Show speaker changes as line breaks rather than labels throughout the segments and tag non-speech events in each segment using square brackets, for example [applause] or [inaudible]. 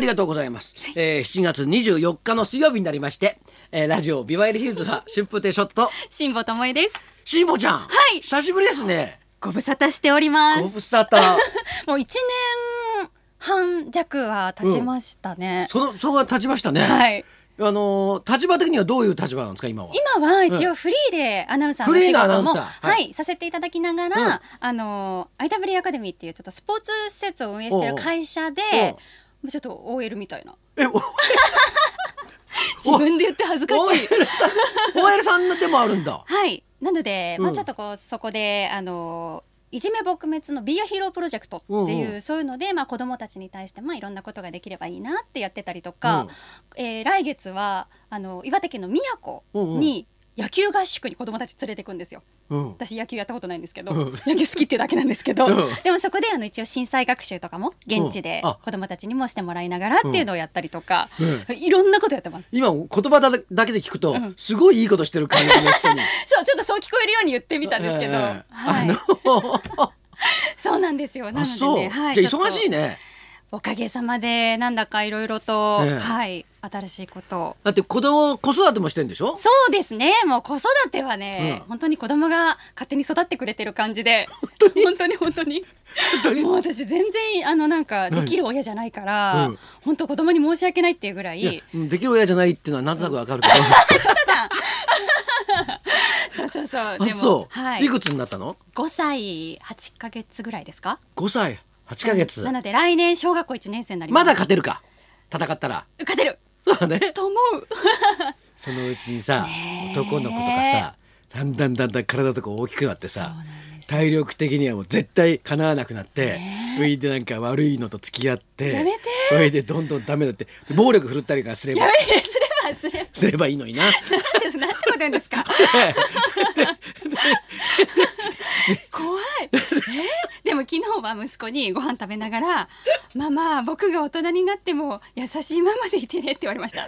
りがとうございます、えー7月24日の水曜日になりまして、えーラジオビバイルヒルズは春風亭ショットと
辛坊智恵です。
しんぼちゃん、
はい
久しぶりですね
ご無沙汰しておりま
ご
す。
無沙汰
もう一年半弱は経ちましたね。
そのそこが立ちましたね、
[laughs] はい。
あのー立場的にはどういう立場なんですか今は
今は一応フリーでアナウンサーの
フリー
仕
のアナウ
事
ン
も、
サー
は、
はい
させていただきながら、
うん
あの IW アカデミーっていうちょっとスポーツ施設を運営してる会社で
おうおうおう、
もうちょっと OL みたいな。
えお
自分で言って恥ずかしい。
OL さ
[laughs]
ん OL さんでもあるんだ
はい。なので、
うん
まあちょっとこうそこであのいじめ撲滅のビアヒーロープロジェクトっていう、
うんう
そういうので、まあ、子どもたちに対して、まあ、いろんなことができればいいなってやってたりとか、えー来月はあの岩手県の宮古に野球合宿に子どもたち連れてくんですよ。 [laughs]
うん
私野球やったことないんですけど、
うん
野球好きっていうだけなんですけど、
うん
でもそこであの一応震災学習とかも現地で
うんあ
子どもたちにもしてもらいながらっていうのをやったりとか、
うん
いろんなことやってます。
今言葉だだけで聞くと、
うん
すごいいいことしてる感じの
[laughs]
人に
そうちょっとそう聞こえるように言ってみたんですけど、
ええ
はい
あ、の
そうなんですよ。な
[laughs] あ
ので
そう、
ね、はい、
じゃあ忙しい
ね。
ね
おかげさまでなんだかいろいろと、
ええ
はい新しいことを。
だって子供子育てもしてんでしょ
そうですね。もう子育てはね、
うん
本当に子供が勝手に育ってくれてる感じで、本当に本当に
当に
もう私全然あのなんかできる親じゃないから、
うん
本当子供に申し訳ないっていうぐらい。
いやうんできる親じゃないっていうのはなんとなくわかるけ
[laughs]
ど、
そうそうそう。
あそう、
はい
い、。くつになったの
5歳8ヶ月ぐらいですか？
5歳8ヶ月、
なので来年小学校1年生になりま。
ますだ勝てるか戦ったら
勝てる
そうだね
と思 [laughs] う。
そのうちにさ
ねえ
男の子とかさだんだんだんだん体とか大きくなって
そう
さ
なんで
体力的にはもう絶対かなわなくなってそれ、でなんか悪いのと付き合って
やめて
それでどんどんダメだって暴力振るったりかすれば
やべえすればすれば。
すればいいのにな [laughs]
[laughs] なんてこと言うんですか。怖い。えーでも昨日は息子にご飯食べながら、ママ、僕が大人になっても優しいママでいてねって言われました。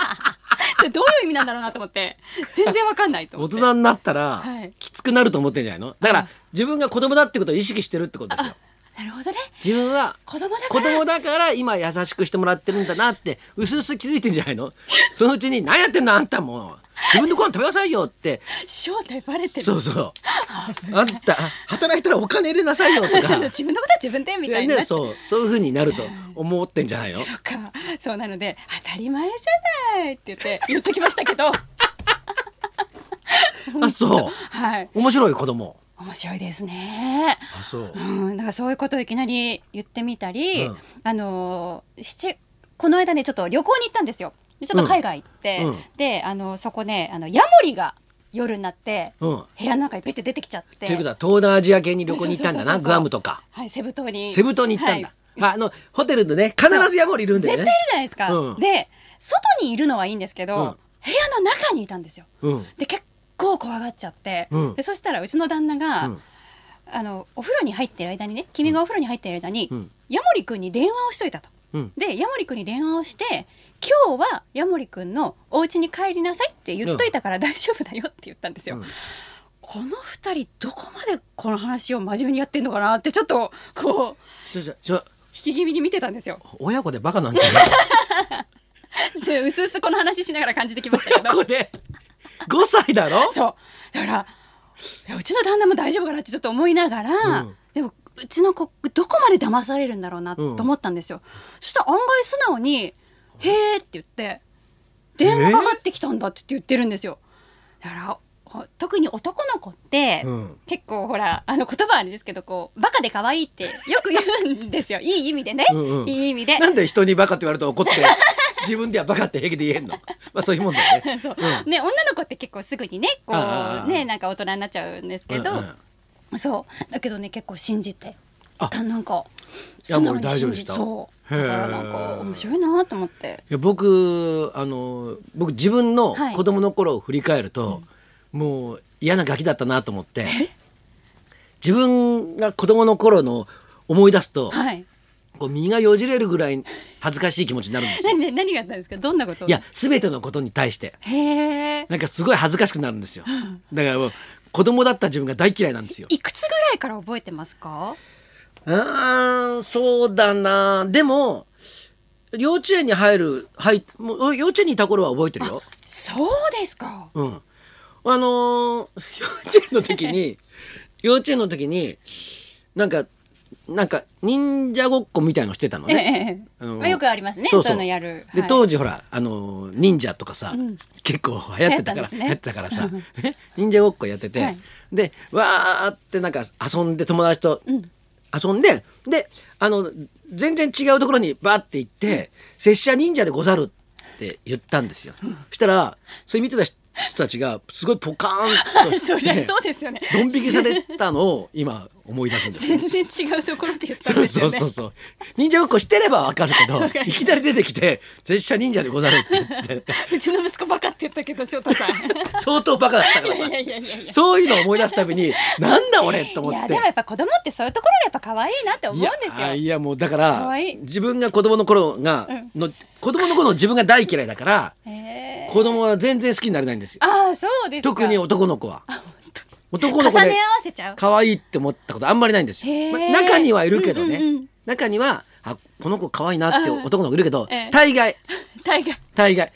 [laughs] それどういう意味なんだろうなと思って、全然わかんないと思
大
って。
人になったら、
はい
きつくなると思ってんじゃないのだから自分が子供だってことを意識してるってことですよ
なるほどね。
自分は
子供だから
子供だから今優しくしてもらってるんだなってうすうす気づいてんじゃないのそのうちに「何やってんのあんたもう自分でご飯食べなさいよ」って
正体バレてる。
そうそう「あんた働いたらお金入れなさいよ」とか
自分のことは自分で [laughs] みたいになっ
ね、
ちゃう。
そうそういう風になると思ってんじゃないの
そっか、そうなので当たり前じゃないって言って言ってきましたけど、
あそう
はい、
面白い子供
面白いですね。
あそう
うん、だからそういうことをいきなり言ってみたり、
うん
あのー七この間ねちょっと旅行に行ったんですよでちょっと海外行って、
うんうん
であのそこねあのヤモリが夜になって、
うん
部屋の中にペッて出てきちゃって
ということは東南アジア系に旅行に行ったんだ
そうそうそう
な
そう
グアムとか
はい、セブ島に
セブ島に行ったんだ
はい、
ああのホテルでね必ずヤモリいるんだ
絶
よ
対いる
ね
じゃないですか、
うん
で外にいるのはいいんですけど、
うん
部屋の中にいたんですよ
うん
で結構怖がっちゃって、
うん
でそしたらうちの旦那が、
うん
あのお風呂に入ってる間にね君がお風呂に入ってる間に、
うん
ヤモリ君に電話をしといたと。
うん
でヤモリくんに電話をして「今日はヤモリくんのお家に帰りなさい」って言っといたから大丈夫だよって言ったんですよ。
うん
この二人どこまでこの話を真面目にやってんのかなってちょっとこう
そうそうそう
引き気味に見てたんですよ。
親子でバカなんじゃない
でうすうすこの話しながら感じてきましたけ
[laughs] こ
ど
こで5歳だろ
[laughs] そうだからいやうちの旦那も大丈夫かなってちょっと思いながら、
うん
でもうちの子どこまで騙されるんだろうなと思ったんですよ。そしたら案外素直に「へえ」って言って電話かかってきたんだって言ってるんですよ。だからほ特に男の子って、
うん
結構ほらあの言葉はあれですけどこうバカで可愛いってよく言うんで
[laughs]
すよいい意味でね、
うんうん
いい意味で。
なんで人にバカって言われると
[laughs]
怒って自分ではバカって平気で言えんのまあそういうもんだよね
そう、
う
ね女の子って結構すぐにねこ
ああああ
うねなんか大人になっちゃうんですけど、
うんうん
そうだけどね結構信じて
あ
たなんか
ヤモリ
素直に信じ
大丈夫でした
そう
へ
だ
え
からなんか面白いなと思って
いや僕あの僕自分の
はい
子供の頃を振り返ると、もう嫌なガキだったなと思って自分が子供の頃の思い出すと、
はい
こう身がよじれるぐらい恥ずかしい気持ちになるんですよ。
何何何があったんですかどんなこと
いや全てのことに対して
へえ
なんかすごい恥ずかしくなるんですよ。だからもう子供だった自分が大嫌いなんですよ。
いくつぐらいから覚えてますか
うーんそうだなでも幼稚園に入る入もう幼稚園にいた頃は覚えてるよ。
そうですか。
[laughs] うん、あのー [laughs] 幼稚園の時に [laughs] 幼稚園の時になんかなんか忍者ごっこみたいのしてたの
ええ
ね。
ええ
あの
まあよくありますね。
そ
そうう
そう
いうのやる。
で
はい
当時ほらあのー忍者とかさ、
うん
結構流行ってたから
流
流行
行
っ
って
た
たん
から
ですね
さ忍者ごっこやってて、
はい
でわーってなんか遊んで友達と遊んで、であの全然違うところにバーって行って「拙者忍者でござる」って言ったんですよ。そしたらそれ見てた人たちがすごいポカーンと
[laughs] そ
し
りゃ
て
そうですよね。
ドン引きされたのを今思い出すんですよ
全然違うところで言ったん
そう
です
そ
よ
う
ね。
そうそう。忍者ごっこしてればわかるけど
わか、る
いきなり出てきて、拙者忍者でござるって言って、
うちの息子バカって言ったけど翔太
[laughs]
さん。い
相当バカだったから
や
さ
い。やいやいやいや。
そういうのを思い出すたびに、なんだ俺と思
い
っ
や
て。
でもやっぱ子供ってそういうところがやっぱ可愛いなって思うんです
いや
よ。
いやもうだか
からわいい
自分が子供の頃がの子供の頃の自分が大嫌いだから
ええ
子供は全然好きになれないんですよ
ああそうですか。
特に男の子は男の子
重
で
ね合わせちゃう。
可愛いって思ったことあんまりないんです
へ
よ。
ー
まあ中にはいるけどね、
うんうんうん
中にはあこの子可愛いなって
うん
男の子いるけど、
ええ
大概
大概。
大概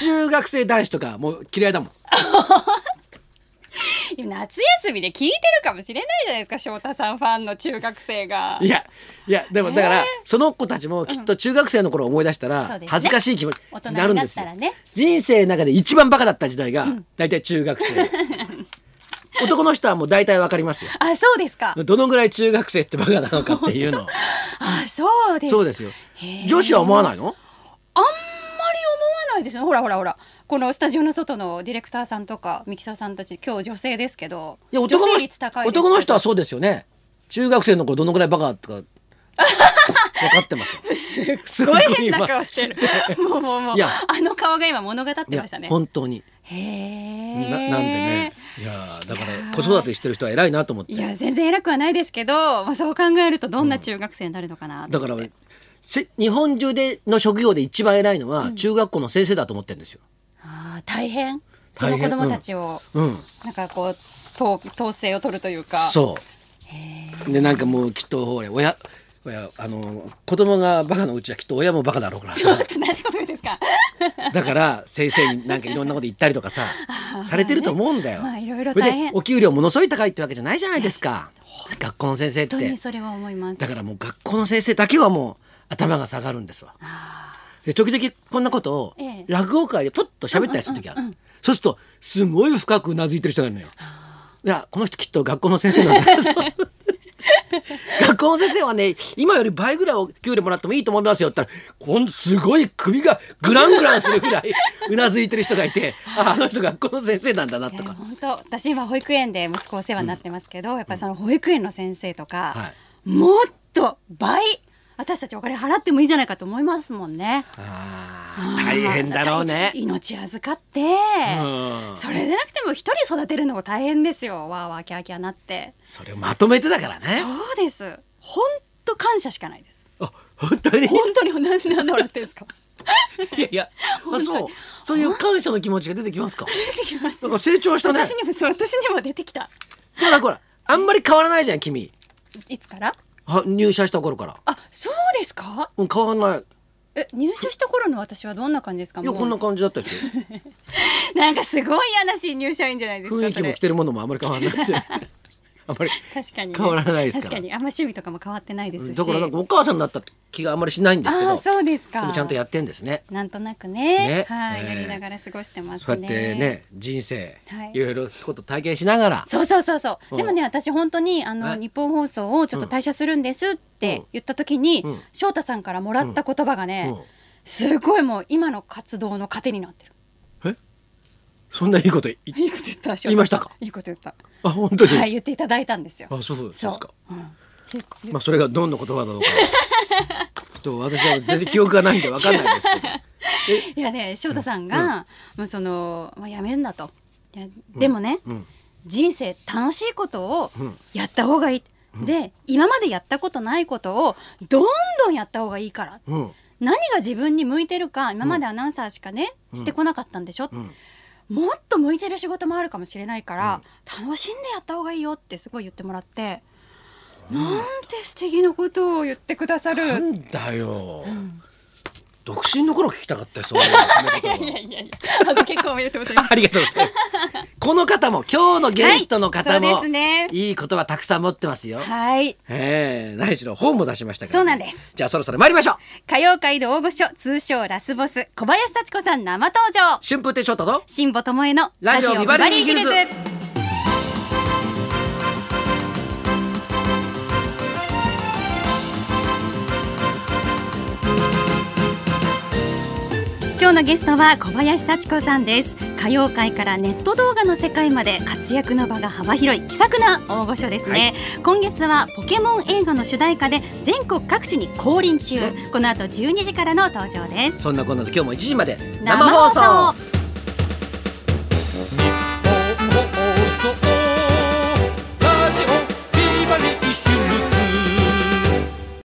中学生男子とかもう嫌いだもん。
夏休みで聞いてるかもしれないじゃないですか翔太さんファンの中学生が。
いやいやでも
ええ
だから、その子たちもきっと中学生の頃思い出した
そう
ら
ですね
恥ずかしい気持ちに
大人
なる
に
ん
な
で
っ
す
た
よ。
らね。
人生の中で一番バカだった時代が大体中学生、男の人はもう大体わかりますよ。
あそうですか。
どのぐらい中学生ってバカなのかって
[laughs]
いうの
あそうです。
そうですよ
へ。え
女子は思わないの
あんまり思わないですよほらほらほらこのスタジオの外のディレクターさんとかミキサーさんたち今日女性ですけど
いや男
女
の
性
人
率高いですけど
男の人はそうですよね中学生の子どのぐらいバカ
[laughs]
とか分かってます
すごい変な顔
[laughs]
してるもうもうもう
いや
あの顔が今物語ってましたね
本当に
へ
な
え
なんでねいやーだから子育てしてる人は偉いなと思って
いや全然偉くはないですけど、まあ、そう考えるとどんな中学生になるのかなと
だから
思って、
俺せ日本中での職業で一番偉いのは中学校の先生だと思ってるんですよ、
あー大変そ
大
の
変
子供たちを、
うん、
なんかこう統統制を取るというか
そうでなんかもうきっとほら親親あの子供がバカのうちはきっと親もバカだろうから
ちょっと [laughs] 何てこと言うんですか
だから先生になんかいろんなこと言ったりとかさされてると思うんだよ。
まあいろいろ
それで
大変
お給料ものすごい高いってわけじゃないじゃないですか。学校の先生っ
本当
て
にそれは思います
だからもう学校の先生だけはもう頭が下がるんですわ。で時々こんなことを
ええ
落語会でポッと喋ったりする時ある。そうするとすごい深くうなずいてる人がいるのよ。いやこの人きっと学校の先生なんだ。 [laughs] 学校の先生はね今より倍ぐらいお給料もらってもいいと思いますよって言ったらこんすごい首がグラングランするぐらいうなずいてる人がいてああの人学校の先生なんだなと
いや
か。
本当私今保育園で息子お世話になってますけど、やっぱりその保育園の先生とか、
は
もっと倍私たちお金払ってもいいじゃないかと思いますもんね。
ああ大変だろうね。
命預かって、
うん
それでなくても一人育てるのも大変ですよわーわーキャーキャーなって
それをまとめてだからね。
そうです本当感謝しかないです
あ本当にい
本当に何で笑って
[laughs]
るんですか
やい
[laughs]
やあそうそういう感謝の気持ちが出てきますか。
出てきます
なんか成長したね。
私にもそう私にも出てきた
でもなんかほらあんまり変わらないじゃん君。
いつから
は入社した頃から。
あそうですか
もう変わらない。
え入社した頃の私はどんな感じですか
いや
もう
こんな感じだったし
なんかすごい嫌な新入社員じゃないです [laughs] か。
雰囲気も着てるものもあんまり変わらないし。
[laughs]
あんまり
それ確かにね、
変わらないですから
確かにあんま趣味とかも変わってないですし。
だからなんかお母さんになった気があんまりしないんですけ
あ
ど
あそうです
で
か。
もちゃんとやってんですね
なんとなくね
ね、
はい、
ね
やりながら過ごしてますね。
そうやってね人生、
はい
い、ろいろこと体験しながら
そうそうそうそうう。
ん
でもね、私本当にあの、
はい
日本放送をちょっと退社するんですって言った時に、
うん
翔太さんからもらった言葉がね、
うん
すごいもう今の活動の糧になってる。 [laughs]
えそんないいことい
いいこと言った。翔太さん
言いましたか
いいこと言った。
あ本当に、
はい、言っていただいたんですよ。
あそうです
そう
か
うん [laughs]
まあそれがどんな言葉なのかちょっと私は全然記憶がないんでわかんないです
[laughs] いやね翔太さんが、まあその、まあ、やめんだといやでもね、
けど、うん、
人生楽しいことを
うん
やった方がいい、で今までやったことないことをどんどんやった方がいいから
うん、
何が自分に向いてるか今までアナウンサーしかね、してこなかったんでしょ、
ん
もっと向いてる仕事もあるかもしれないから、楽しんでやった方がいいよってすごい言ってもらって、なんて素敵なことを言ってくださ
な
る
んだよ、独身の頃聞きたかったよそういう話のこと
い
は
やいやいや、あの結構おめでとうございます。
ありがとうございます。この方も今日のゲストの方
はい
も、
そうですね
いい言葉たくさん持ってますよ。
[laughs] はい、
ええ何しろ本も出しましたから、
そうなんです。
じゃあそろそろ参りましょう。
歌謡界の大御所、通称ラスボス、小林幸子さん生登場。
春風亭昇太と
辛坊智恵の
ラ
ラ
ジ
ジ
オ
オ
ビ
ビ
バ
バ
リ
リ
ー
ー
ヒ
ヒ
ル
ル
ズ
ズ。今日のゲストは小林幸子さんです歌謡界からネット動画の世界まで活躍の場が幅広い気さくな大御所ですね、今月はポケモン映画の主題歌で全国各地に降臨中この後12時からの登場です
そんなこんなで今日も1時まで
生放送